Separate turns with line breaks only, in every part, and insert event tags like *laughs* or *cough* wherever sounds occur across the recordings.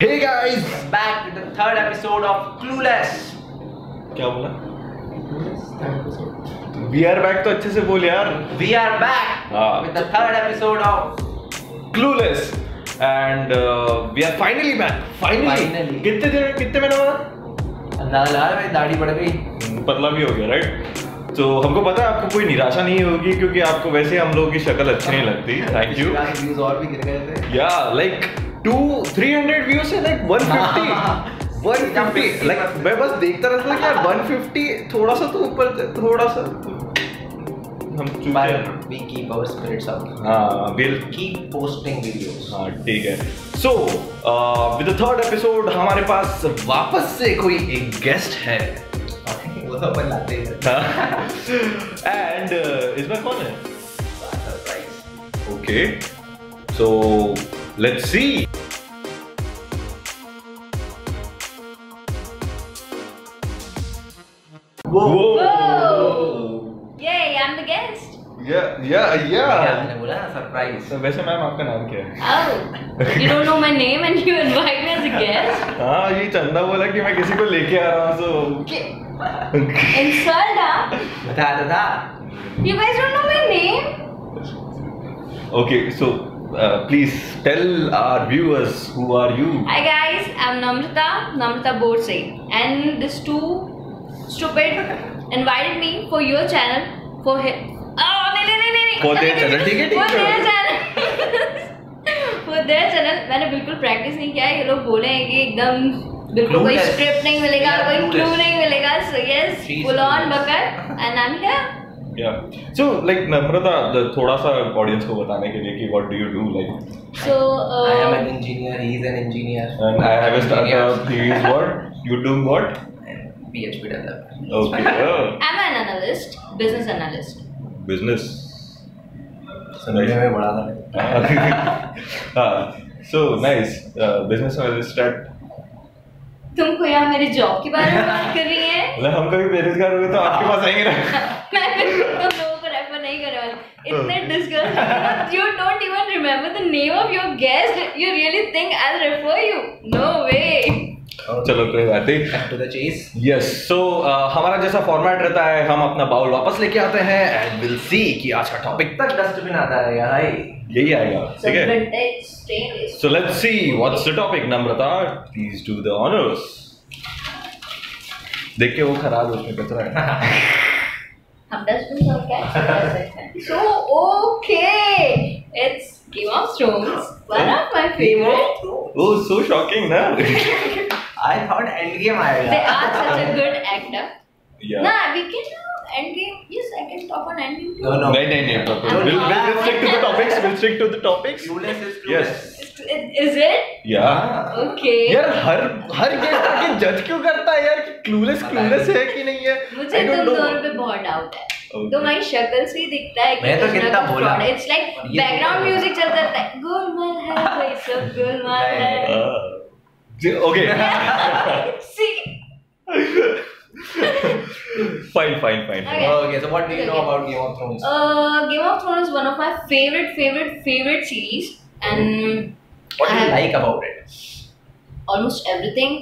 Hey guys!
back to the third episode of Clueless.
क्या बोला we are back तो अच्छे से बोल यार
We are back
Ah.
with the third episode of
clueless and we are finally back finally
Finally.
कितने दिन कितने महीने बाद
अंदाजा लगा मेरी दाढ़ी बढ़ गई
हम्म, पतला भी हो गया राइट तो हमको पता है आपको कोई निराशा नहीं होगी क्योंकि आपको वैसे हम लोगों की शक्ल अच्छी नहीं लगती थैंक यू
व्यूज और भी गिर गए थे
या like two three hundred views से like one *laughs* fifty one fifty like मैं बस देखता रहता था कि यार वन फिफ्टी थोड़ा सा तो ऊपर थोड़ा सा हम चूते हैं
But we keep our spirits up.
हाँ बिल
Keep posting videos.
हाँ ठीक है uh, so with third episode हमारे पास वापस से कोई एक गेस्ट है *laughs*
वो तो अपन लाते ही रहते
एंड इस बार uh, कौन है
हैं। Surprise.
Okay so let's see
वो
Whoa! Yay, I'm the guest.
या या या
क्या हमने बोला ना सरप्राइज
वैसे मैम आपका नाम क्या है
Oh, you don't know my name and you invite me as a guest?
हाँ ये चंदा बोला कि मैं किसी को लेके आ रहा हूँ सो
Okay. Insult, huh?
बताया था
You guys don't know my name?
Okay so please tell our viewers who are you
Hi guys, I'm Namrata, Namrata Borse. And this two stupid invited me for your channel for his. Oh, no, no, no, no, no.
For their channel, ठीक है, ठीक है।
For their channel. *laughs* For their channel, मैंने बिल्कुल practice नहीं किया है ये लोग बोले हैं कि एकदम बिल्कुल कोई
Clueless.
स्क्रिप्ट नहीं मिलेगा
Yeah,
कोई क्लू
clueless.
नहीं मिलेगा so yes
She's
full on
clueless.
बकर and I am
Yeah. So, like, Namrata, the- थोड़ा सा ऑडियंस को बताने के लिए कि what do you do like
so
I am an engineer he is an engineer
and I have *laughs* startup he is what you do what
PHP developer
okay
I am an analyst business analyst
business *laughs*
समझने में बड़ा था
Ah. So nice business analyst at
तुम कोई यहाँ मेरी job के बारे में बात कर रही है
मतलब हम कभी बेरोजगार हुए तो आपके पास आएंगे ना
मैं बिल्कुल तुम लोगों को रेफर नहीं करने वाली इतने discuss you don't even remember the name of your guest you really think I will refer you no way
चलो कोई बात नहीं
to the chase
yes so हमारा जैसा फॉर्मेट रहता है हम अपना बाउल वापस लेके आते हैं एंड विल सी कि आज का टॉपिक
तक डस्टबिन आता है यार भाई
यही आएगा ठीक है
vintage strain
So let's see what's the topic, Namrata. Please do the honors. देख के वो खराब है, उसमें कचरा है *laughs*
हम डस्टबिन और कैच कर सकते हैं so okay it's Game of Thrones one of my favourite
वो सो शॉकिंग ना
आई थॉट एंड गेम
दे
आएगा
*laughs*
are such a good actor ना
yeah
we can end game yes I can talk on end game
No, no.
नहीं नहीं नहीं topic. we'll, we'll, we'll stick to the topics we'll stick to the topics
Clueless is clueless.
yes
is it
yeah
okay
यार हर हर guest आके जज क्यों करता है यार कि क्लूलेस क्लूलेस है कि नहीं है
मुझे
I
तुम
don't know.
दोनों पे बहुत डाउट है
Okay.
तुम्हारी शक्ल से ही दिखता है कि
मैं तो कितना बोला।
इट्स लाइक
और ये
बैकग्राउंड
बोला।
म्यूजिक चलता रहता है गोलमाल है भाई सब गोलमाल है
Uh, Ah. okay *laughs*
C
fine fine fine
Okay.
Oh, Okay, so what do you know about Game of Thrones?
Game of throne is one of my favourite favourite favourite series and
What do
I
you
have-
like about it?
Almost everything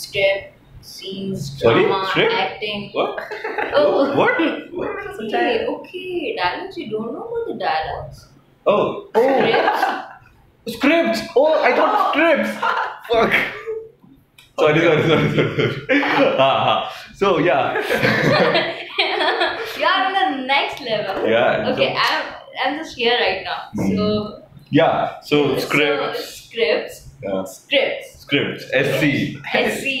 script scenes
Sorry?
Drama
Script?
Acting
what
Oh.
what
Okay, okay. Dialogues, you don't know about the dialogues? *laughs*
oh oh
Scripts?
Scripts! Oh, I thought scripts! Fuck! Sorry, sorry, sorry, sorry. ah, ah. So, *laughs* yeah.
you are on the next level.
Yeah.
Okay, I'm I'm just here right now.
Hmm.
So
Yeah, so
so
scripts.
scripts,
Yeah.
scripts.
Scripts. *laughs* SC.
I see.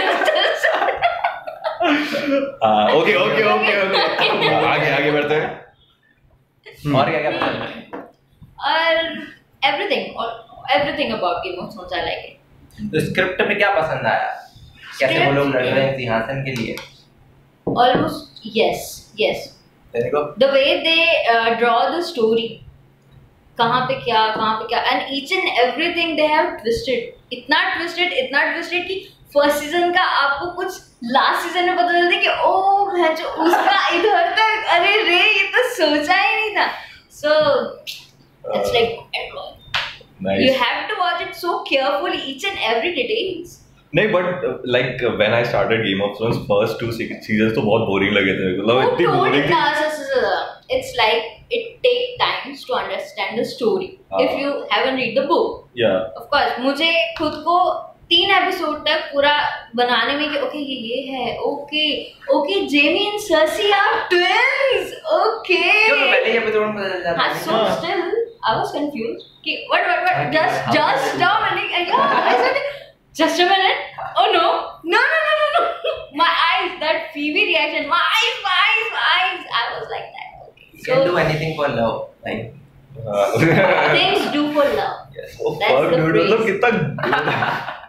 *laughs*
Uh. Ah, okay, okay, okay, okay. Ah, आगे आगे बढ़ते हैं Hmm.
और क्या क्या पसंद है?
और everything or everything about Game of Thrones I like it.
तो स्क्रिप्ट में क्या पसंद आया कैसे वो लोग लड़ रहे हैं सिंहासन के लिए
Almost yes, yes.
तेरे को
the way they uh, draw the story कहाँ पे क्या कहाँ पे क्या and each and everything they have twisted इतना ट्विस्टेड इतना ट्विस्टेड कि फर्स्ट सीजन का आपको कुछ लास्ट सीजन में पता चलता है कि ओ मैं जो उसका इधर तक अरे रे ये तो सोचा ही नहीं था so it's like You have to watch it so carefully, each and every details.
नहीं but like when I started Game of Thrones first two seasons तो बहुत बोरिंग लगे थे मेरे को। मतलब
Who
इतनी boring
told it us? It's like it take times to understand the story.
हाँ।
If you haven't read the book.
या *laughs*
of course मुझे खुद को तीन एपिसोड तक पूरा बनाने में कि ओके ये ये है okay okay Jaime and Cersei are twins okay
पहले ही एपिसोड में पता चल जाता
हाँ
है
सो
हाँ।
स्टिल आई वाज कंफ्यूज कि व्हाट व्हाट
हाँ,
व्हाट
कि
जस्ट
हाँ,
जस्ट
हाँ।
डाउन एंड या I said just a minute oh no no no no no no my eyes that फीवी reaction my eyes my eyes my eyes I was like that
You can do
okay
anything for love. Like,
so things do for love That's
fuck
the
dude मतलब
phrase.
कितना
*laughs*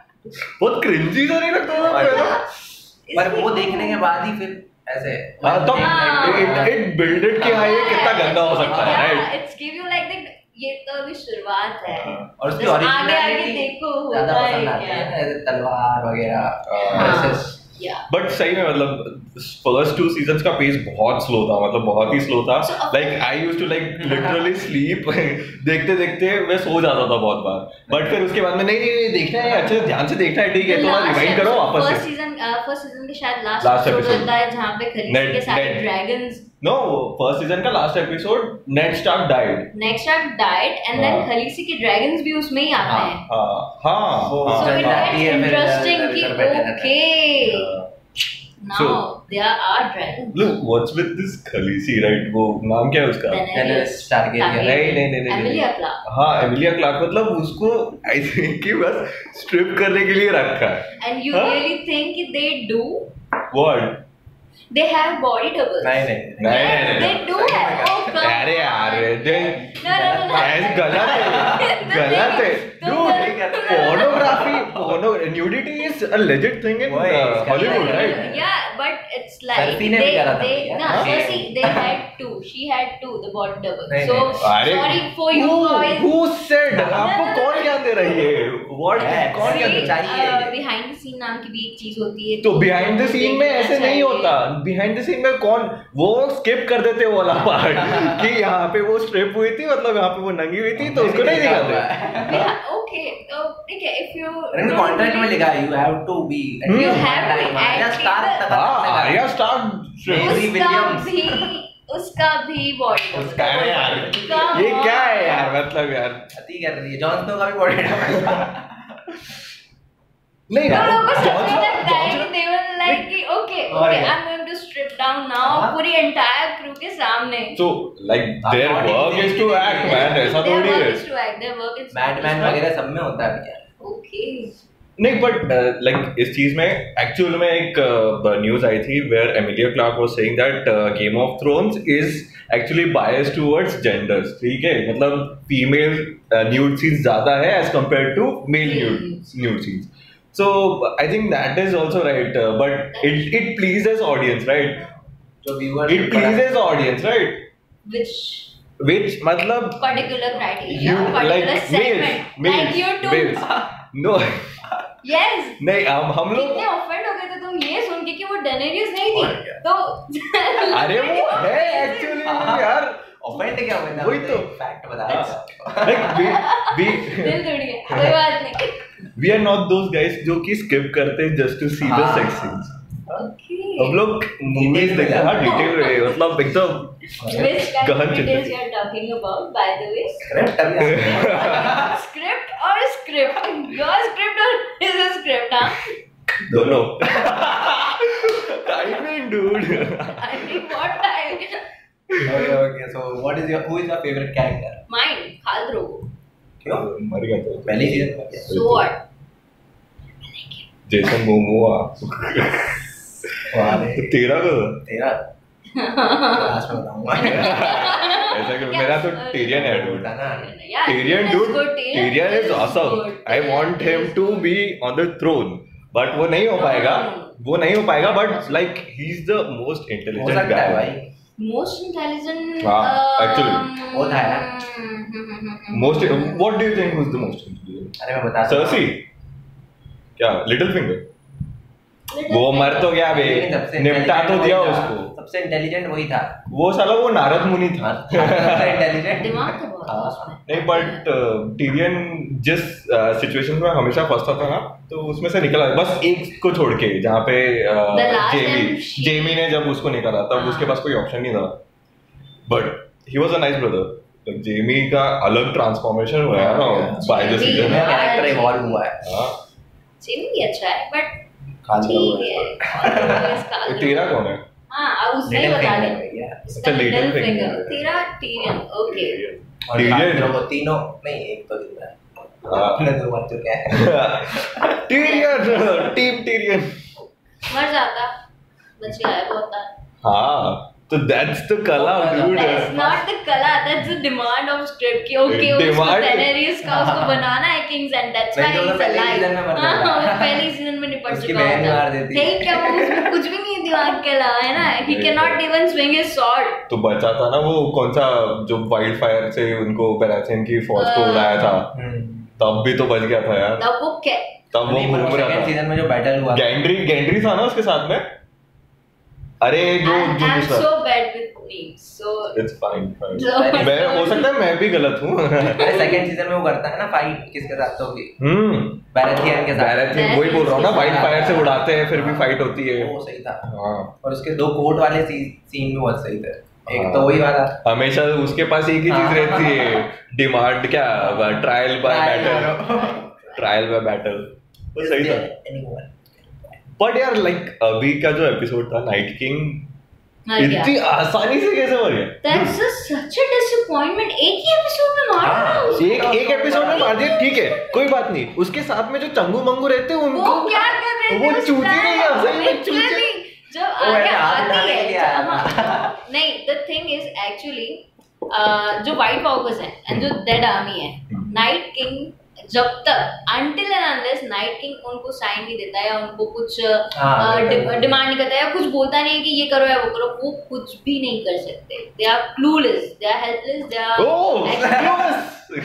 बहुत cringey सा नहीं लगता था पहले
पर वो देखने के बाद ही फिर ऐसे
हाँ तो
हाँ।
इट इट बिल्डेड कि हाँ ये कितना गंदा हो सकता है right
it's give you like that ये तो अभी शुरुआत है
हाँ,
और उसकी
बस आगे
ओरिजिनलिटी
आगे देखो होता
ज्यादा पसंद आती
है
है
क्या।
ना ऐसे तलवार वगैरह
हाँ।
ऐसे
या
बट सही में मतलब फर्स्ट टू सीजंस का पेस बहुत स्लो था मतलब बहुत ही स्लो था
So,
like I used to like literally *laughs* sleep देखते देखते मैं सो जाता था बहुत बार बट फिर उसके बाद में नहीं नहीं नहीं, देखना है अच्छे से ध्यान से देखना है ठीक है थोड़ा रिवाइंड करो वापस
फर्स्ट
से
सीजन फर्स्ट सीजन uh, के शायद
Last
लास्ट एपिसोड
episode.
होता है जहां पे खरीद
Ned-
के सारे
Ned.
Dragons
no first season का last episode Ned Stark died
next are died and
हाँ।
देन खलीसी के ड्रैगन्स भी उसमें ही आते
हाँ।
हैं
हां
वो
सो
हाँ,
इट
हाँ,
गेट्स
ये मेरे
इंटरेस्टिंग
अंदर-
कि
अंदर बैठे रहते
okay
Uh, So-
now there are dragons
look what's with this Khaleesi right वो नाम क्या है उसका
Daenerys Targaryen,
नहीं, नहीं, नहीं, नहीं,
एमिलिया
नहीं।
प्ला
हाँ एमिलिया क्लार्क मतलब उसको आई थिंक कि बस स्ट्रिप करने के लिए रखा है
एंड यू
हाँ?
रियली थिंक कि they do
word
they have body double
नहीं नहीं
नहीं,
Yes,
नहीं,
they
नहीं।
do have. Oh, come
अरे यार
on.
They
No, no, no, no.
ऐस गलत है
The
गलत है
thing is, the
dude
thing is-
pornography porno nudity is a legit thing in
वही,
uh,
इसका
Hollywood
मतलब
right
है।
Yeah, but it's like
Selfie ने भी
they,
करा था
they,
भैया।
no,
हाँ?
Cersei, they had two. She had two, the bottom double.
नहीं,
so
नहीं,
अरे
sorry for you
who-
guys.
who said आपको कौन ज्ञान दे रही है व्हाट
Yes.
कौन ज्ञान
करना
See,
दे
चाहिए?
uh, behind the scene नाम की भी एक चीज होती है अच्छा
तो
जो
बिहाइंड द
लोग
सीन में
देखना
ऐसे नहीं
चाहिए।
होता बिहाइंड द सीन में कौन वो स्किप कर देते वो वाला पार्ट *laughs* कि यहाँ पे वो स्ट्रिप हुई थी मतलब यहाँ पे वो नंगी हुई थी तो उसको नहीं
*laughs*
दिखाते
Behi- okay, तो ठीक है, if you don't
कॉन्ट्रैक्ट में
really-
लिखा है you have to be
You
have to
Arya
actually-
Stark तक
Hmm. हाँ आर्या
Mary
स्टार्क
Henry
उसका
Williams.
भी उसका भी बॉडी
उसका
अरे यार
Come
ये क्या
on.
है यार मतलब यार
अति कर रही है जॉन स्नो का भी बॉडी
नहीं
तो
यार,
लोगों को
John
समझ
Cena-
में आता है
John Cena-
कि they were like कि okay,
और
Oh,
okay,
क्या?
I'm going to strip down now
हाँ।
पूरी entire crew के सामने।
Uh-huh. So like their
According
work
to
is to
the-
act man ऐसा
Their
थोड़ी
work
है
is to act, their work is to
Mad Men
act.
वगैरह सब में होता है यार
Okay.
नहीं बट लाइक इस चीज में एक्चुअल में एक न्यूज आई थी where Emilia Clarke was saying that Game of Thrones is actually bias towards genders ठीक है मतलब uh, फीमेल न्यूड सीन्स ज्यादा है as compare to male nude nude scenes so I think that is also right but it it pleases audience right
जो viewer
it pleases audience right
Which
which मतलब
particular criteria,
you
particular
like males
segment.
males
Like you too.
males no *laughs*
Yes.
नहीं हम हम
कितने
लोग
offend हो गए थे तुम ये सुन के कि वो Daenerys नहीं थी।
और
*laughs*
क्या?
तो-
अरे वो है एक्चुअली यार
ऑफेंड क्या हुआ
वही तो।
फैक्ट बता रहा हूं।
like we we
दिल टूट गया। कोई बात नहीं।
we are not those guys जो कि skip करते हैं just to see the
हाँ।
sex scenes
Okay.
हम लोग मूवीज
Detail में
देखते हैं हाँ
जाते हैं।
डिटेल में मतलब एकदम
Which kind
गहन
of details
चिंतन।
you are talking about, by the way?
Correct अभी आपने-
*laughs*
script or script? Your script or his script? Huh?
दोनों I mean dude
I mean, what time?
Okay, okay. So, what is your who is your favorite character?
Mine, Khaldro.
क्यों?
मर गया तो
पहले ही season में क्या?
So what?
जेसन मोमोआ
वाह,
तेरा तो, को
*laughs* तेरा क्लास
*laughs*
में बताऊंगा
ऐसा कि मेरा तो टेरियन है
*laughs*
dude
होता ना
Yeah,
Tyrion,
Tyrion
dude,
good,
Tyrion is awesome.
good,
I
Tyrion
want him
is
to
good.
be on the throne. But वो नहीं हो
No,
पाएगा
no, no.
वो नहीं हो पाएगा but like he is the most
हो
इंटेलिजेंट
सकता है
गाय
भाई
Most intelligent.
हाँ,
um,
actually.
वो था यार।
*laughs*
Most what do you think who is the most intelligent
अरे मैं बता
सर्सी क्या लिटिल फिंगर वो मर तो गया बे
लेकिन सबसे
निपटा तो
intelligent
दिया
वही था।
उसको तो
सबसे इंटेलिजेंट वही था
वो साला वो नारद मुनि था
*laughs* इंटेलिजेंट
दिमाग तो बहुत है
हाँ,
उसमें
नहीं uh, बट टीरियन जिस सिचुएशन में हमेशा फंसता था ना तो उसमें से निकला बस एक को छोड़ के जहाँ पे
The last
Jamie
time she-
Jamie ने जब उसको निकाला तब
हाँ।
उसके पास कोई ऑप्शन नहीं था but he was a nice brother Jamie का अलग ट्रांसफॉर्मेशन हुआ है ना
Yeah.
बाय द
हाँ, Jamie-
season
Yeah.
Character evolve हुआ है
हाँ।
जिम भी अच्छा है बट
खान
ठीक है और इसका
तेरा कौन है अच्छा,
हाँ अब उसने ही
लिटिल
बता दे
थिंग
इसका
Little
लिटिल
finger.
फिंगर तेरा टीरियन ओके
और
Tyrion-
काफी लोगों तीनों नहीं एक तो जिंदा है
हाँ।
अपने दो मर चुके हैं
*laughs* टीरियन टीम टीरियन
मर जाता बच गायब होता
हाँ तो दैट्स द कला
Oh,
Dude,
that's
dude
not the कला that's the demand of script कि ओके उसको
Demand-
टेनेरियस का
*laughs*
उसको बनाना है किंग्स एंड दैट्स
नहीं, तो
व्हाई
वो
इट्स
पहले ही season में मर जाता।
अलाइव हां हाँ, वो पहले सीजन में निपट
उसकी
चुका
बहन
होता
मार देती।
नहीं क्या वो
*laughs*
उसमें कुछ भी नहीं दिमाग के अलावा है ना ही
नहीं,
कैन नॉट
नहीं।
इवन स्विंग हिज स्वॉर्ड
तो बचा था ना वो कौन सा जो वाइल्ड फायर से उनको पेराथिन की फौज को
अ,
उड़ाया था
हाँ। हम्म।
तब भी तो बच गया था यार
तब वो क्या
तब वो घूम रहा था
सीजन में जो बैटल हुआ
गैंड्री गैंड्री था ना उसके साथ में अरे जो
I'm,
जो
I'm
दूसरा
so bad with names. So
it's fine
जो-
मैं हो सकता है मैं भी गलत हूँ *laughs*
अरे सेकंड सीजन में वो करता है ना फाइट किसके साथ तो होगी
हम्म
बैरथियन के साथ
बैराथिन वही बोल रहा हूँ ना वाइल्ड फायर से उड़ाते हैं फिर भी फाइट होती है
वो सही था
हाँ
और उसके दो कोट वाले सीन भी बहुत सही थे
हाँ।
एक तो वही वाला
हमेशा उसके पास एक ही चीज
हाँ।
रहती है डिमांड क्या ट्रायल बाय
Trial
बैटल
करो।
ट्रायल बाय बैटल वो सही था
Anyone.
बट यार लाइक अभी का जो एपिसोड था नाइट किंग
मर गया।
इतनी आसानी से कैसे मर गया
That's a, such a disappointment. एक ही एपिसोड में मार
हाँ,
रहा उसको।
एक एक एपिसोड में मार दिया ठीक है कोई बात नहीं उसके साथ में जो चंगू मंगू रहते हैं
वो
उनको
क्या कर रहे थे
वो
उस
चूती
time?
नहीं है, सही में चूती-
Literally, जब
वो
आगे
ऐसे हाथ
आती
उठाने
है
के लिए आया
जब- हाँ, नहीं the thing is actually uh, जो व्हाइट वॉकर्स हैं एंड जो डेड आर्मी है
हम्म।
नाइट किंग जब तक until and unless night king उनको साइन नहीं देता या उनको कुछ uh,
हाँ, बिल्कुल।
डिमांड नहीं करता या कुछ बोलता नहीं है कि ये करो या वो करो वो कुछ भी नहीं कर सकते they are clueless they are helpless they are
oh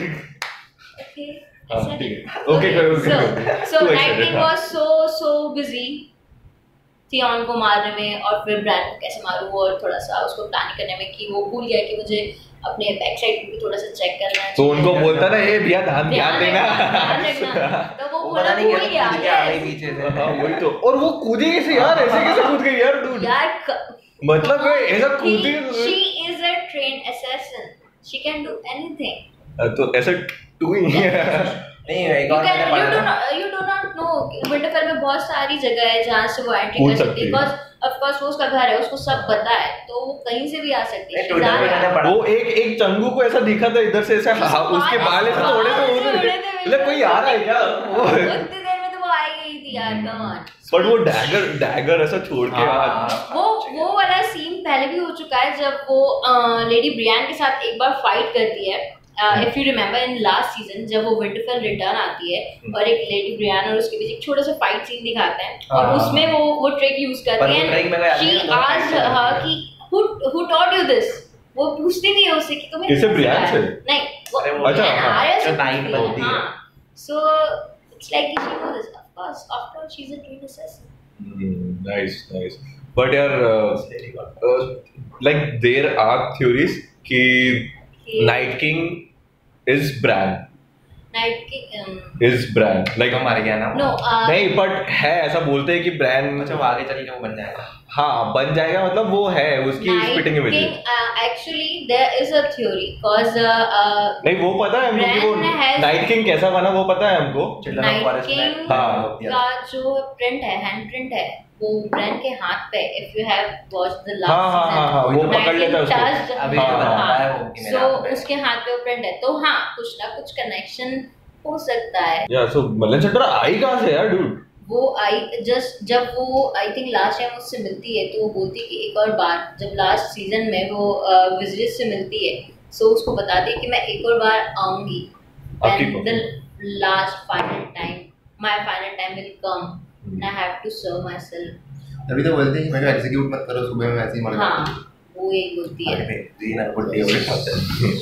हाँ, ठीक है। Okay, करो, *laughs* okay, करो।
So
Too
night
excited,
king
हाँ।
Was so so busy Theon को मारने में और फिर ब्रैंड को कैसे मारूं और थोड़ा सा उसको प्लान करने में कि वो भूल गया कि मुझे अपने बैक साइड भी थोड़ा सा चेक करना है
तो उनको बोलता ना ए भैया ध्यान ध्यान देना
रखना, ध्यान
*laughs*
रखना तो वो
वो
बोला
पता नहीं
भूल
कैसे
गया
कूद के आ गई
yes.
पीछे
हाँ
से
वही तो और वो कूदी कैसे यार ऐसे कैसे कूद गई यार dude?
यार क- हाँ,
मतलब वे ऐसा कूदी
she is a trained assassin she can do anything
तो ऐसा टू ही है
नहीं एक
You
और
can-
मैंने
you
पढ़ा
do
था
not- you do not know कि Winterfell में बहुत सारी जगह है जहाँ से वो एंट्री
कूद
कर सकती
सकती है।
है बिकॉज ऑफ कोर्स वो उसका घर है उसको सब पता है तो वो कहीं से भी आ सकती
नहीं,
है She's
Twitter पे
आ-
मैंने पढ़ा
वो एक एक चंगू को ऐसा दिखा था इधर से ऐसे
उसके हाँ,
हा- उसके
बाल-
बाल ऐसे थोड़े से
बाल
उड़
ऐसे
रहे
उड़े थे,
मतलब कोई आ रहा है क्या *laughs* वो-
उतनी तो देर में तो वो आ ही गई थी यार come on.
बट वो डैगर डैगर ऐसा छोड़ के यार
हाँ।
वो वो वाला सीन पहले भी हो चुका है जब वो लेडी ब्रियान के साथ एक बार फाइट करती है
हम्म।
If you remember in last season जब वो विंटरफेल रिटर्न आती है
हम्म।
Hmm.
और एक लेडी ब्रियान और उसके बीच एक छोटा सा फाइट सीन दिखाते हैं और
हाँ।
उसमें वो वो ट्रिक यूज
पर
करती
वो
है
trick मेरे को याद
शी
नहीं है, दोनों fight
आज
करती है।
कि who who taught you this वो पूछती भी है उससे कि तुम्हें
किससे,
किसने
ब्रियान
सिखाया?
से?
नहीं वो
अरे वो-
अच्छा, हाँ,
आर्या से
जो नाइट
पूछती है,
बनती है।
हाँ so it's like she knows this of course after all she's a trained assassin
Hmm, nice nice but यार uh, like there are theories कि
कि-
night king is Bran
Night King. Um,
is Bran like
तो मर गया ना वो।
no, uh,
नहीं but है ऐसा बोलते हैं कि ब्रैंड
अच्छा वो आगे चल के वो बन जाएगा
हाँ बन जाएगा मतलब वो है उसकी
Night
spitting image
King, uh, actually, there is a theory because uh, uh,
नहीं वो पता है हमको कि वो
Bran has-
नाइट किंग कैसा बना वो पता है हमको
children
Night
of forest
King
हाँ।
का जो प्रिंट है हैंड प्रिंट है वो ब्रैंड के हाथ पे if you have watch the last
हाँ हाँ हाँ हाँ वो
Night
पकड़ लेता है उसको
अभी
हाँ,
तो बता
हाँ।
रहा है वो कि मेरे
सो
हाथ पे।
उसके हाथ पे वो प्रिंट है तो हाँ कुछ ना कुछ कनेक्शन हो सकता है
या सो मलन चंद्रा आई कहाँ से यार डूड
वो आई जस्ट जब वो आई थिंक लास्ट टाइम उससे मिलती है तो वो बोलती है कि एक और बार जब लास्ट सीजन में वो विजिट से मिलती है सो उसको बताती है कि मैं एक और बार आऊंगी
आपकी
and the last final time my final time will come and I have to serve myself
तभी तो बोलते हैं कि मेरे को एग्जीक्यूट मत करो सुबह में वैसे ही मर
हाँ वो एक होती है
अरे, दिन और बुढ़े हो गए।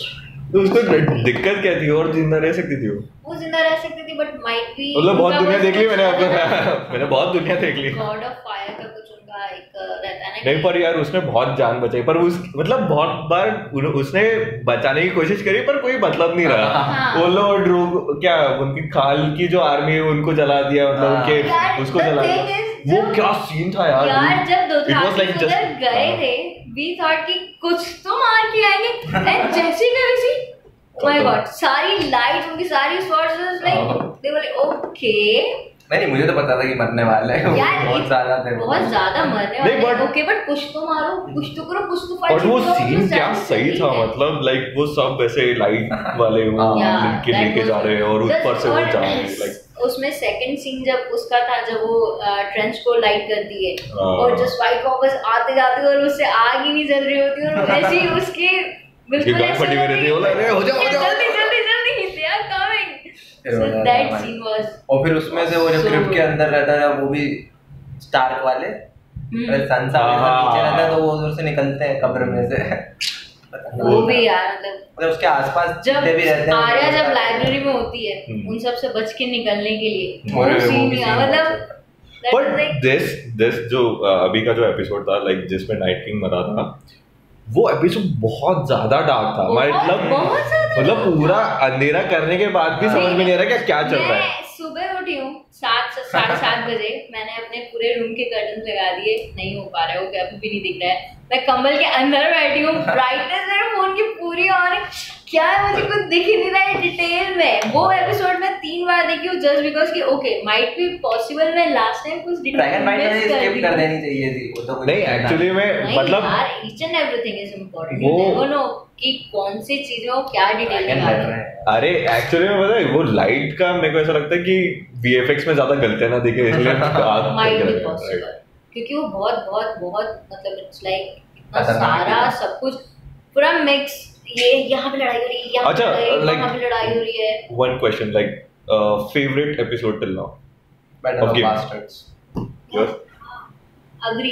तो उसको दिक्कत क्या थी और जिंदा रह सकती थी वो
वो जिंदा रह सकती थी बट माइट बी
मतलब बहुत दुनिया देख ली मैंने अपने *laughs* मैंने बहुत दुनिया देख ली
गॉड ऑफ फायर का कुछ उनका एक रहता है ना
नहीं पर यार उसने बहुत जान बचाई पर उस मतलब बहुत बार उन- उसने बचाने की कोशिश करी पर कोई मतलब नहीं रहा
हाँ।
वो लोग ड्रो क्या उनकी खाल की जो आर्मी है उनको जला दिया मतलब
हाँ।
यार,
उनके उसको
the
जला
thing
दिया
is,
वो
जब-
क्या सीन था यार
यार जब दो
It was like just-
उधर गए
हाँ।
थे वी थॉट कि कुछ तो मार के आएंगे एंड जैसे ही गए वैसे माय गॉड सारी लाइट उनकी सारी स्वॉर्ड्स वाज लाइक
तो। हाँ।
दे वर ओके
नहीं मुझे तो पता था कि मरने वाला है
यार
बहुत
it-
ज्यादा थे वो।
बहुत ज्यादा मरने
नहीं,
वाले
but-
ओके बट कुछ तो मारो कुछ तो करो कुछ तो
बट
fight
वो
करो,
सीन
कुछ तो
क्या
सारी
सही
चीजें
था
हैं।
मतलब लाइक वो सब वैसे लाइट वाले वो
*laughs*
लेके
Yeah, that
हाँ, लेके
was-
जा रहे हैं और
Plus,
ऊपर से वो
और
जा रहे हैं लाइक
उसमें सेकंड सीन जब उसका था जब वो ट्रेंच को लाइट करती है
हाँ।
और जस्ट वाइट वापस आते जाते और उससे आग ही नहीं जल रही होती और
*laughs*
वैसे ही उसकी बिल्कुल
गाल फटी हुई रहती है, बोला, "अरे, हो जाओ, हो जाओ, हो
जल्दी
जाओ।"
जल्दी जल्दी दे आर कमिंग
फिर हो
सो
जाता
दैट
है
सीन वाज
और फिर उसमें से वो जो
So-
क्रिप के अंदर रहता था वो भी स्टार्क वाले
हम्म।
संसा
हाँ।
नीचे रहता है तो वो उधर से निकलते हैं कब्र में से
वो भी यार मतलब
मतलब उसके आसपास जितने भी
जब
रहते हैं
आर्या जब लाइब्रेरी में होती है
हम्म।
उन सब से बच के निकलने के लिए
अरे,
वो
वो
सीन
भी
यार
scene
मतलब
अच्छा।
that was
but
like-
this this जो अ, अभी का जो एपिसोड था लाइक जिसमें नाइट किंग मरा था वो एपिसोड बहुत ज्यादा डार्क था
बहुत-
मतलब
बहुत ज्यादा
मतलब
dark
पूरा अंधेरा करने के बाद भी
हाँ।
समझ में नहीं आ रहा कि क्या चल रहा है
मैं सुबह उठी हूँ सात साढ़े सात बजे मैंने अपने पूरे रूम के कर्टन लगा दिए नहीं हो पा रहा है वो अभी भी नहीं दिख रहा है मैं कंबल के अंदर बैठी हूँ ब्राइटनेस मेरे फोन की पूरी और क्या है मुझे कुछ दिख ही नहीं रहा है डिटेल में वो एपिसोड मैं तीन बार देखी हूँ जस्ट बिकॉज कि ओके माइट बी पॉसिबल मैं लास्ट टाइम कुछ
ड्रैगन फाइट में स्किप कर
दी।
देनी चाहिए थी वो तो कोई
नहीं
दिक्कत
एक्चुअली मैं
नहीं
मतलब
यार each and everything is important you
वो-
नेवर नो कि कौन सी चीजें और क्या डिटेल में
ड्रैगन
आ
लड़
रही
रहे
है
हैं
अरे एक्चुअली में पता है वो लाइट का मेरे को ऐसा लगता है कि वीएफएक्स में ज्यादा गलतियां ना दिखे
*laughs*
इसलिए आप
माइट
करके
भी
रखें,
पॉसिबल
right.
क्योंकि वो बहुत बहुत बहुत मतलब इट्स लाइक इतना
खतरनाक
सारा
है।
सब कुछ पूरा मिक्स ये यहाँ पे लड़ाई हो रही है यहाँ पे
अच्छा,
लड़ाई हो रही है,
like-
वहाँ पे लड़ाई हो रही है
one question like uh, favorite episode till now
battle of
Okay.
Bastards
your
हाँ, agree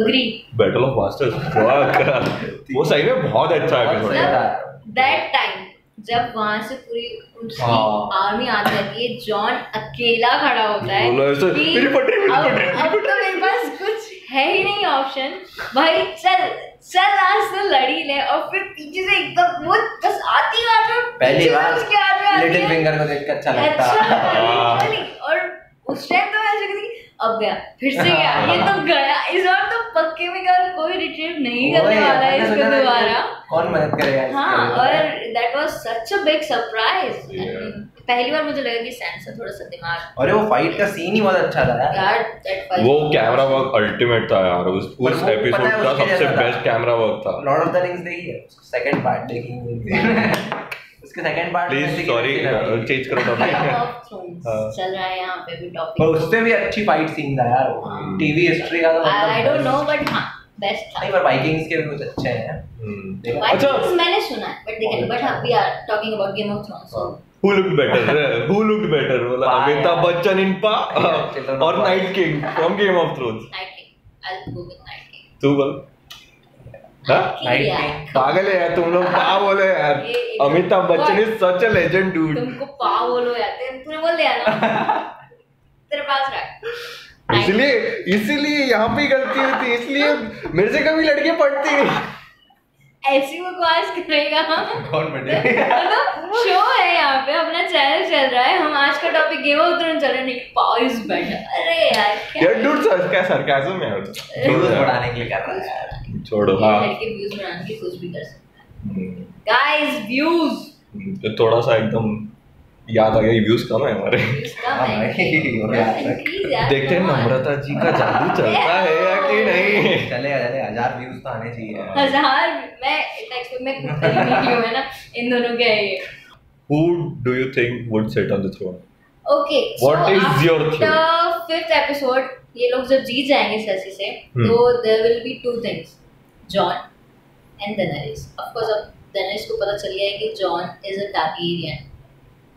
agree
battle of masters fuck वो सही में बहुत अच्छा एपिसोड
बहुत
मतलब
सही
है
था
दैट टाइम जब वहां से पूरी उसकी
हाँ।
आर्मी आ जाती है जॉन अकेला खड़ा होता है
बोला ऐसे,
कि
"मेरी पटरी, मेरी
अब-
पटरी, मेरी
अब तो मेरे पास कुछ है ही नहीं ऑप्शन भाई चल चल आज तो लड़ी ले और फिर पीछे से एकदम वो बस आती है आती है,
पहली
पीछे से
बार
उसके आगे आती
लिटिल
है।
फिंगर को देख के अच्छा लगता
अच्छा
है।
हाँ।
लगा, literally। और उस टाइम तो मैं ऐसे कहती थी, अब गया फिर से गया ये तो गया इस बार तो पक्के में गया और कोई रिट्रीव नहीं करने
वही,
वाला है
मैंने
इसको
सोचा था कि
दोबारा
कौन मदद करेगा इसके
हाँ
लिए?
और that was such a big surprise
Yeah.
पहली बार मुझे लगा कि सैमसन थोड़ा सा दिमाग
अरे वो फाइट का सीन ही बहुत अच्छा था यार
यार that was-
वो *laughs* कैमरा वर्क अल्टीमेट था यार उस
पर
उस
वो पता है
एपिसोड का
उसके
सबसे
जैसा था।
बेस्ट कैमरा वर्क था
लॉर्ड ऑफ द रिंग्स देखी है सेकंड पार्ट देखी है। *laughs* उसके second part
please sorry
uh,
change uh, करो
Game
टॉपिक
*laughs*
of Thrones
हाँ।
चल रहा है यहाँ पे भी
पर
टॉपिक
उससे भी अच्छी फाइट सीन था यार
हम्म।
टीवी हिस्ट्री का तो मतलब
I don't
best-
no but हाँ बेस्ट था
नहीं पर वाइकिंग्स के भी कुछ अच्छे हैं देखा?
अच्छा।
Vikings मैंने सुना है बट देखा बट हाँ we are talking about game of thrones
हाँ।
*laughs* Who looked
*laughs*
better? Who looked better? बोला
पा
अमिताभ
यार।
बच्चन इन पा
*laughs*
*laughs*
Yeah, Children of
और
Pa.
Night king from game of thrones
night king I will go with night king
तू बोल हाँ?
Night
यार
King।
पागल है यार तुम लोग पा बोले यार
ये एकदम-
Amitabh Bachchan is such a legend dude
तुमको पा बोलो यार तेरे- तूने बोल दिया ना
*laughs*
तेरे पास रहा
इसलिए इसीलिए यहाँ पे गलती होती है इसलिए मेरे से कभी लड़के पढ़ती नहीं
ऐसी बकवास करेगा
कौन बने
मतलब शो है यहाँ पे अपना चैनल चल रहा है हम आज का टॉपिक गेम ऑफ थ्रोन चल रहा है नहीं पावर इज बेटर अरे यार क्या
यार डूड सर क्या sarcasm है
*laughs*
यार
व्यूज बढ़ाने के लिए कर रहा है यार
छोड़ो
ये
हाँ
लड़के व्यूज बनाने के लिए कुछ भी कर सकते
हम्म,
हैं गाइस व्यूज
हम्म, तो थोड़ा सा एकदम याद आ गया व्यूज कम है हमारे
व्यूज कम
हाँ
है
भाई, हो गया आज तक।
Increase यार,
देखते हैं
come on.
नम्रता जी का जादू चलता है या कि नहीं
चले चले हजार व्यूज तो आने चाहिए
हजार मैं इतना एक्सपेक्ट मैं खुद से ही निकली हूँ है ना इन दोनों के ये
Who do you think would sit on the throne?
Okay
What is your
fifth episode ये लोग जब जीत जाएंगे ससी से
Hmm.
तो there will be two things John and Daenerys of course अब डेनेरिस को पता चल गया है कि John is a Targaryen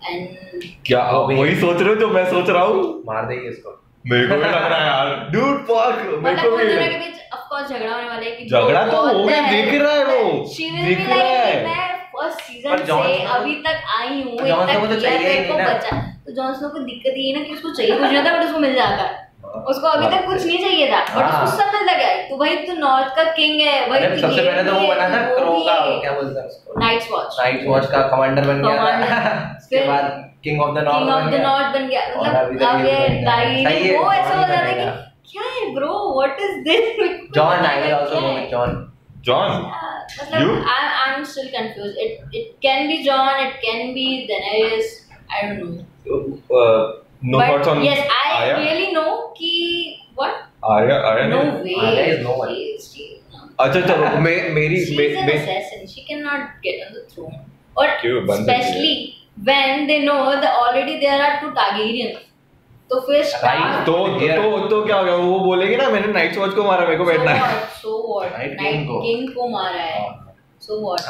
and
क्या आप वही सोच रहे हो जो मैं सोच रहा हूँ
मार देगी इसको
मेरे को भी लग रहा है यार डूड फक तो मेरे
मतलब
को
उन
भी
दोनों के बीच ऑफ कोर्स झगड़ा होने वाला है कि
झगड़ा तो हो गया, दिख रहा है वो,
शी विल
दिख
बी
रहा है।
लाइक मैं फर्स्ट सीजन
पर
से
Jon Snow-
अभी तक आई हूँ
Jon Snow को तो
इतना किया
चाहिए ही
मेरे को
नहीं ना।
बचा तो जॉन स्नो को दिक्कत ये है ना कि उसको चाहिए कुछ नहीं था बट उसको मिल जाता है उसको अभी तक कुछ नहीं चाहिए था बट
हाँ।
उसको सब मिल लगा है तो भाई तू नॉर्थ का किंग है भाई
अरे,
तू
सबसे
ये
पहले तो
भी
वो
है,
बना था
तू
क्रो
वो भी
का
है।
क्या बोलते हैं उसको
नाइट्स वॉच
नाइट वॉच का कमांडर बन गया था
Commander,
*laughs* उसके
फिर
बाद king of the
king
north बन
ऑफ द
गया
नॉर्थ बन गया
और अभी
मतलब
तक
अब
ये
ये
बन गया। सही
डाई
है,
वो
John ही
ऐसा हो जाता है
बनेगा।
कि क्या है bro what is this
John I will also go with John
John You?
मतलब I I'm still confused. It it can be John, it can be Daenerys. I don't know.
Uh, no
but
thoughts on
yes, I
Arya?
really know ki what?
Arya Arya
no
ne-
way.
Arya is no one.
She, she, no.
अच्छा चलो मे मेरी
She's
मे,
an
मे,
assassin. She cannot get on the throne. Or
क्यों बंद कर दिया?
especially when they know that already there are two Targaryens. तो फिर
Right.
तो तो तो क्या हो गया वो बोलेगी ना मैंने नाइट वॉच को मारा मेरे को
तो
बैठना है
So what?
Night King
Night
को।
King को मारा है. So what?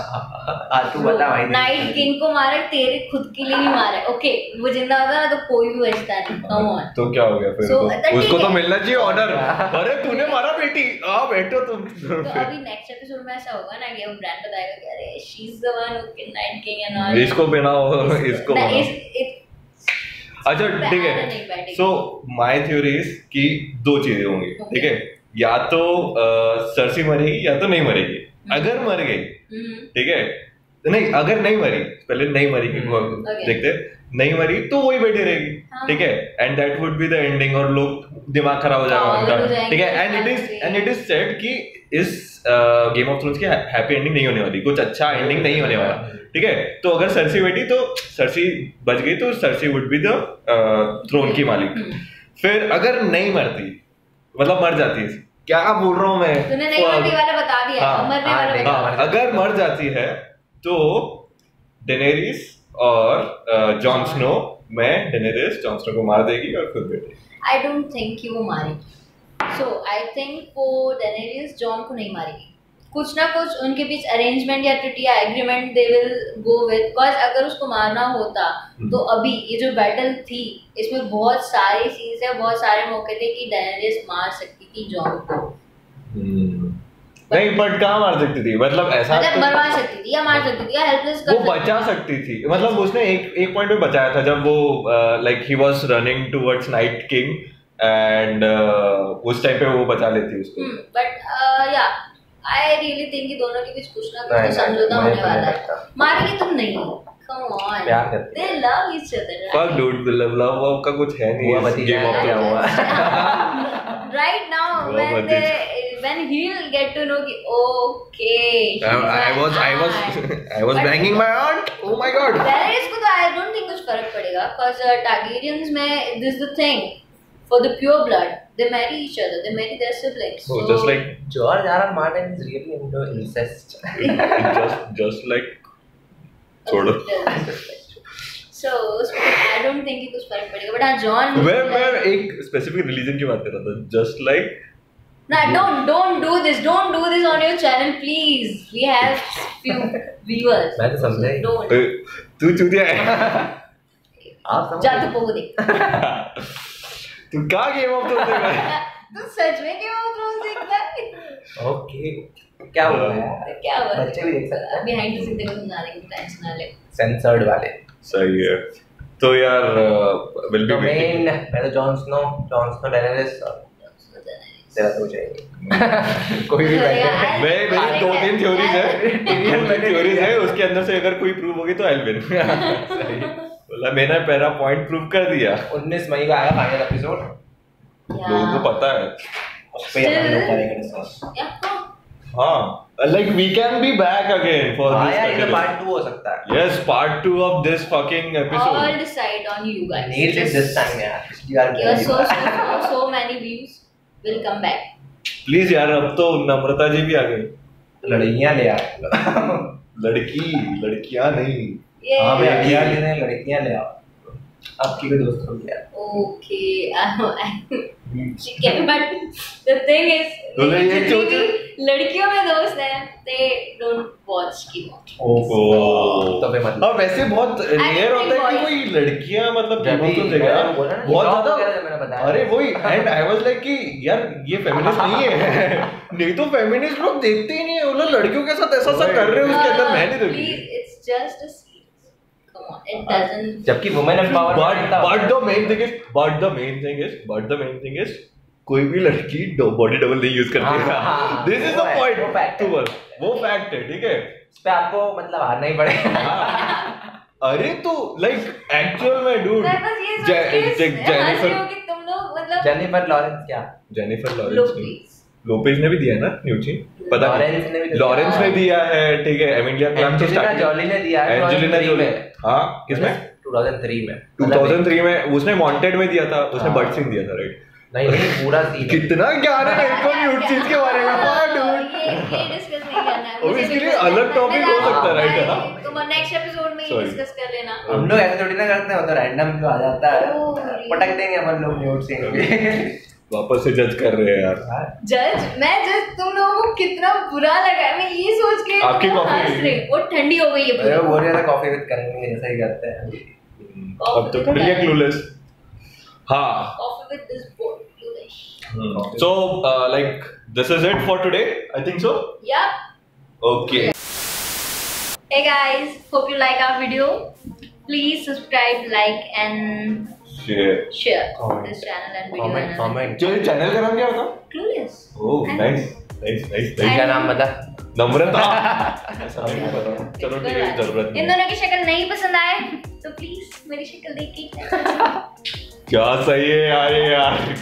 आज तू तो बता भाई
नाइट किंग को मारा है, तेरे खुद के लिए ही मारा ओके वो जिंदा होता ना तो कोई भी बचता नहीं कम ऑन
तो क्या हो गया फिर
हाँ। So, that
उसको उसको
ठीक
तो
है।
मिलना चाहिए ऑर्डर अरे तूने मारा बेटी आ बैठो तुम
तो अभी नेक्स्ट एपिसोड में ऐसा होगा ना कि अब ब्रांड बताएगा कि अरे she is the one who kill night king and all
*laughs* इसको बनाओ इसको
ना,
बनाओ
इस- इस-
अच्छा
बैठा
ठीक
नहीं
है
बैठेगी।
सो माय थ्योरी इज कि दो चीजें होंगी ठीक है या तो सरसी मरेगी या तो नहीं मरेगी अगर मर गई
हम्म,
ठीक है तो नहीं अगर नहीं मरी पहले नहीं मरी की
हम्म,
okay.
देखते नहीं मरी तो वही बैठी रहेगी
हाँ।
ठीक है and that would be the ending और लोग दिमाग खराब हो जाएगा
पागल हो
उनका
हाँ, जाएंगे,
ठीक है एंड इट इज
पागल
एंड इट इज सेड कि इस गेम ऑफ थ्रोन्स की हैप्पी एंडिंग नहीं होने वाली कुछ अच्छा एंडिंग नहीं होने वाला ठीक है तो अगर सरसी बैठी तो सरसी बच गई तो Cersei would be the throne की मालिक
हम्म।
फिर अगर नहीं मरती मतलब मर जाती है क्या बोल रहा हूँ मैं
तूने नहीं मरने वाला बता दिया
हाँ,
है, मरने
हाँ,
वाला
नहीं,
बता
हाँ, अगर मर जाती है तो डेनेरिस और जॉन स्नो मैं डेनेरिस जॉन स्नो को मार देगी और खुद बैठेगी
आई डोंट थिंक कि वो मारेगी सो आई थिंक वो डेनेरियस जॉन को नहीं मारेगी कुछ ना कुछ उनके बीच अरेंजमेंट या ट्रिटी या agreement they will go with because अगर उसको मारना होता
हम्म।
तो अभी ये जो बैटल थी इसमें बहुत सारे सीन्स है बहुत सारे मौके थे कि डेनेरियस मार सकती थी जॉन को
हम्म।
नहीं बट कहाँ मार सकती थी मतलब ऐसा
मतलब
तो-
मरवा सकती थी या मार सकती थी या हेल्पलेस कर
वो
सकती
बचा
थी।
सकती थी मतलब उसने एक एक पॉइंट पे बचाया था जब वो like he was running towards Night king and उस टाइम पे वो बचा लेती
हम्म,
उसको
but yeah I really think कि दोनों के बीच कुछ ना कुछ
नहीं,
तो समझौता
नहीं,
होने
नहीं
वाला है
लगता।
मारेंगे तुम नहीं कम ऑन
प्यार करते
they love each other
fuck dude love love का कुछ है
हुआ
नहीं
भतीजा
गेम ऑफ
है।
थ्रोन्स में।
*laughs* right now
Wow,
when
but
they when he'll get to know ki, okay
I, I was I
*laughs*
was I was banging my aunt. *laughs* Oh my god.
Parents को तो आई डोंट थिंक कुछ फर्क पड़ेगा cause uh, Targaryens में this the thing for the pure blood they marry each other they marry their siblings
Oh, just like
George R R Martin is really into incest
just just like sort of.
*laughs* so उसमें आई don't think कि कुछ फर्क पड़ेगा but हाँ Jon
मैं मैं एक स्पेसिफिक रिलीजन की बात कर रहा था just like
No, don't don't do this. Don't do this on your channel, please. We have few *laughs* viewers.
मैं तो समझा ही।
Don't.
तू चूतिया है
आप समझ
जा तू पोगो *laughs* देख
तू क्या गेम ऑफ थ्रोन्स देख रहा है
*laughs* तू सच में गेम ऑफ थ्रोन्स देखता है *laughs*
ओके क्या हुआ
तो क्या हुआ
बच्चे भी देख सकते हैं।
बिहाइंड द सीन देखो सुना रहे प्लान सुना रहे
सेंसर्ड वाले
सही है तो यार uh, विल
तो
बी
मेन मैं तो Jon Snow Jon Snow Daenerys और तेरा तो चाहिए *laughs* कोई भी बैठे
मैं मेरी दो तीन थ्योरीज है दो तीन थ्योरीज है उसके अंदर से अगर कोई प्रूव होगी तो आई विल सही बोला मैंने पहला पॉइंट प्रूव कर दिया
19 मई को आएगा फाइनल एपिसोड
लोगों को पता है
उस पे हम लोग
Still-
करेंगे डिस्कस
पता
हाँ like we can be back again for
हाँ यार ये
दिस
तो पार्ट 2 हो सकता है
yes part two of this fucking
all
episode
decide on you guys
Nailed it this time यार पिछली बार
Your so
भी
so so so many views will come back.
Please यार अब तो नम्रता जी भी आ गई
लड़कियां ले आओ
लड़की लड़कियां नहीं
Yay.
हाँ मैं इंडिया ले रहे हैं लड़कियां ले आओ आपकी भी दोस्त हो गया
Okay. *laughs* Chicken, but the thing is,
बोले Hmm. तो ये
जितनी
क्यों
भी लड़कियों में दोस्त हैं, they don't watch Kimo.
ओह।
तो फिर मतलब
और वैसे बहुत रेयर होता है कि वही लड़कियां मतलब
जब
कीमत
भी-
तो देगा
मैंने बोला ना,
बहुत
ये गाँव
ज्यादा
वगैरह जो मैंने बताया।
अरे वही एंड आई वाज लाइक कि यार ये फेमिनिस्ट नहीं है
*laughs*
नहीं तो फेमिनिस्ट लोग देखते ही नहीं है वो लोग लड़कियों के साथ ऐसा सब कर रहे हैं उसके अंदर मैं नहीं देखी
Uh, हाँ, Please, it's just a series. Come on, it doesn't.
जबकि women
but
empowerment
but the main thing is but the main thing is but the main thing is कोई भी लड़की बॉडी डबल नहीं यूज करती है
हाँ,
this is
वो
the
है,
पॉइंट
वो fact है।
वो फैक्ट है ठीक है
इस पे आपको मतलब हारना ही पड़ेगा
हाँ। अरे तो लाइक एक्चुअल में डूड
मैं बस ये सोच के हंस रही हूँ
जेनिफर
कि तुम लोग मतलब
जेनिफर लॉरेंस क्या
जेनिफर
लोग
लॉरेंस ने
please.
लोपेज ने भी दिया है ना न्यूची पता नहीं
लॉरेंस ने भी
लॉरेंस ने दिया है ठीक है एमिलिया क्लार्क तो
एंजेलिना
स्टार्टिंग
जॉली ने दिया है
एंजेलिना
2003
जोली
में।
हाँ किसमें
2003 में मतलब
2003 में उसने वांटेड में दिया था उसने
हाँ।
बट सिंह दिया था राइट
नहीं नहीं पूरा सीन है।
कितना ज्ञान है मेरे को न्यूड चीज के बारे में हाँ डूड
Oh, ये ये डिस्कस नहीं
*laughs*
करना है
और
मुझे
इसके
भी
लिए
करना
अलग
है।
topic
मैं
हो
जानती
सकता है,
हूँ,
right,
मैं-
हाँ।
तुम नेक्स्ट एपिसोड में ही
Sorry.
डिस्कस कर लेना
हम लोग ऐसे थोड़ी ना करते हैं वो तो रैंडम पे आ जाता है
ओ,
पटक देंगे अपन लोग न्यूड
*laughs*
से
वापस से जज कर रहे हैं यार
जज मैं जज तुम लोगों को कितना बुरा लगा है मैं ये सोच के
आपकी
तुम लोग
coffee
हंस रहे हो। वो ठंडी हो गई है
अरे
पूरी।
वो बोल रहे थे कॉफी विद करेंगे जैसा ही करते हैं
अब तो बढ़िया क्लूलेस हाँ
coffee with this board. Delish.
So, uh, like, this is it for today. I think so.
Yep.
Okay.
Hey guys, hope you like our video. Please subscribe, like, and
Share.
share
Comment.
this channel and video.
Comment
and
comment
जो channel का नाम क्या होगा?
Clueless.
Oh,
And-
nice, nice, nice, nice.
क्या नाम बता
नम्रता. ऐसा नहीं पता. चलो ठीक है, जरूरत
इन
नहीं.
दोनों की शक्ल नहीं पसंद आए तो प्लीज मेरी शक्ल *laughs* देख के
क्या सही है यार ये यार.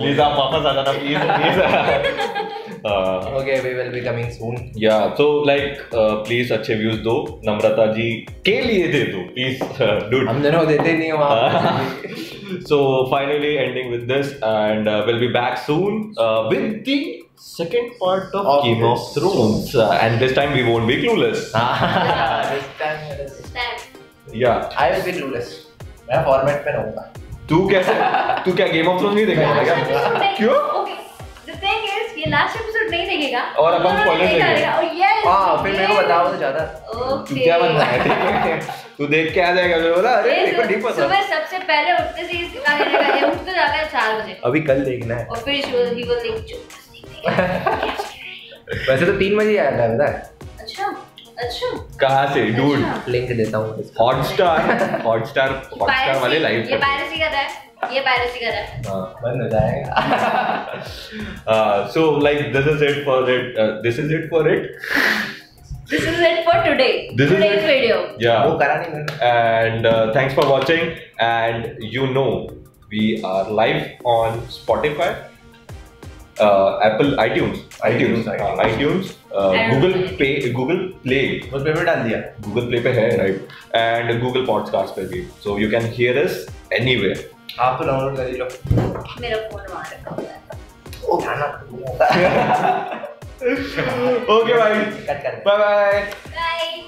Please आप वापस आ जाना please please. *laughs* हाँ.
Okay we will be coming soon
या तो लाइक प्लीज अच्छे व्यूज दो नम्रता जी के लिए दे दो *laughs* प्लीज डू
हम दोनों देते ही नहीं हैं वहाँ
so finally ending with this and uh, we'll be back soon uh, with the second part of,
Of
game
this.
of thrones Ah. uh, and this time we won't be *laughs* clueless हाँ।
This time it is-
yeah
I will be clueless मैं format पे रहूंगा
तू कैसे तू क्या Game of Throne नहीं देखा *laughs*
Last
है क्यों?
द थिंग इज ये लास्ट एपिसोड नहीं देखेगा
और अपन
उन दोनों Oh,
spoilers
ने
देंगे।
देखा रहेगा। और यस
हाँ फिर मेरे को बताओ तो ज्यादा
तू क्या बन रहा है ठीक है *laughs* तू देख के आ जाएगा मैंने बोला अरे
ये
मेरे को
सु-
ठीक पता
सुबह सबसे पहले उठते से ही इसका कहने का ये उठ तो जाता है चार बजे
अभी कल देखना है
और फिर she was- he was like, "जो कुछ
*laughs*
नहीं देगा."
वैसे तो तीन बजे ही आया था पता है
अच्छा अच्छा
कहाँ से डूड
अच्छा।
लिंक देता हूँ
*laughs* हॉटस्टार हॉटस्टार हॉटस्टार वाले
Piracy-
लाइव
ये पायरेसी कर रहा है ये पायरेसी कर रहा है
बंद हो जाएगा
हाँ so like this is it for it this is it for it
this is it for today
This is
today's
it.
Video
या
वो करा नहीं मैंने
and uh, thanks for watching and you know we are live on spotify uh, apple itunes itunes
iTunes,
हाँ, itunes uh,
And-
google pay google play
उस पे भी डाल दिया
google play पे है right and google podcast पे भी so you can hear us anywhere
आप तो डाउनलोड कर ही लो
मेरा फोन वहां रखा हुआ है
ओ गाना *laughs*
okay bye
कट कर
bye bye
बाय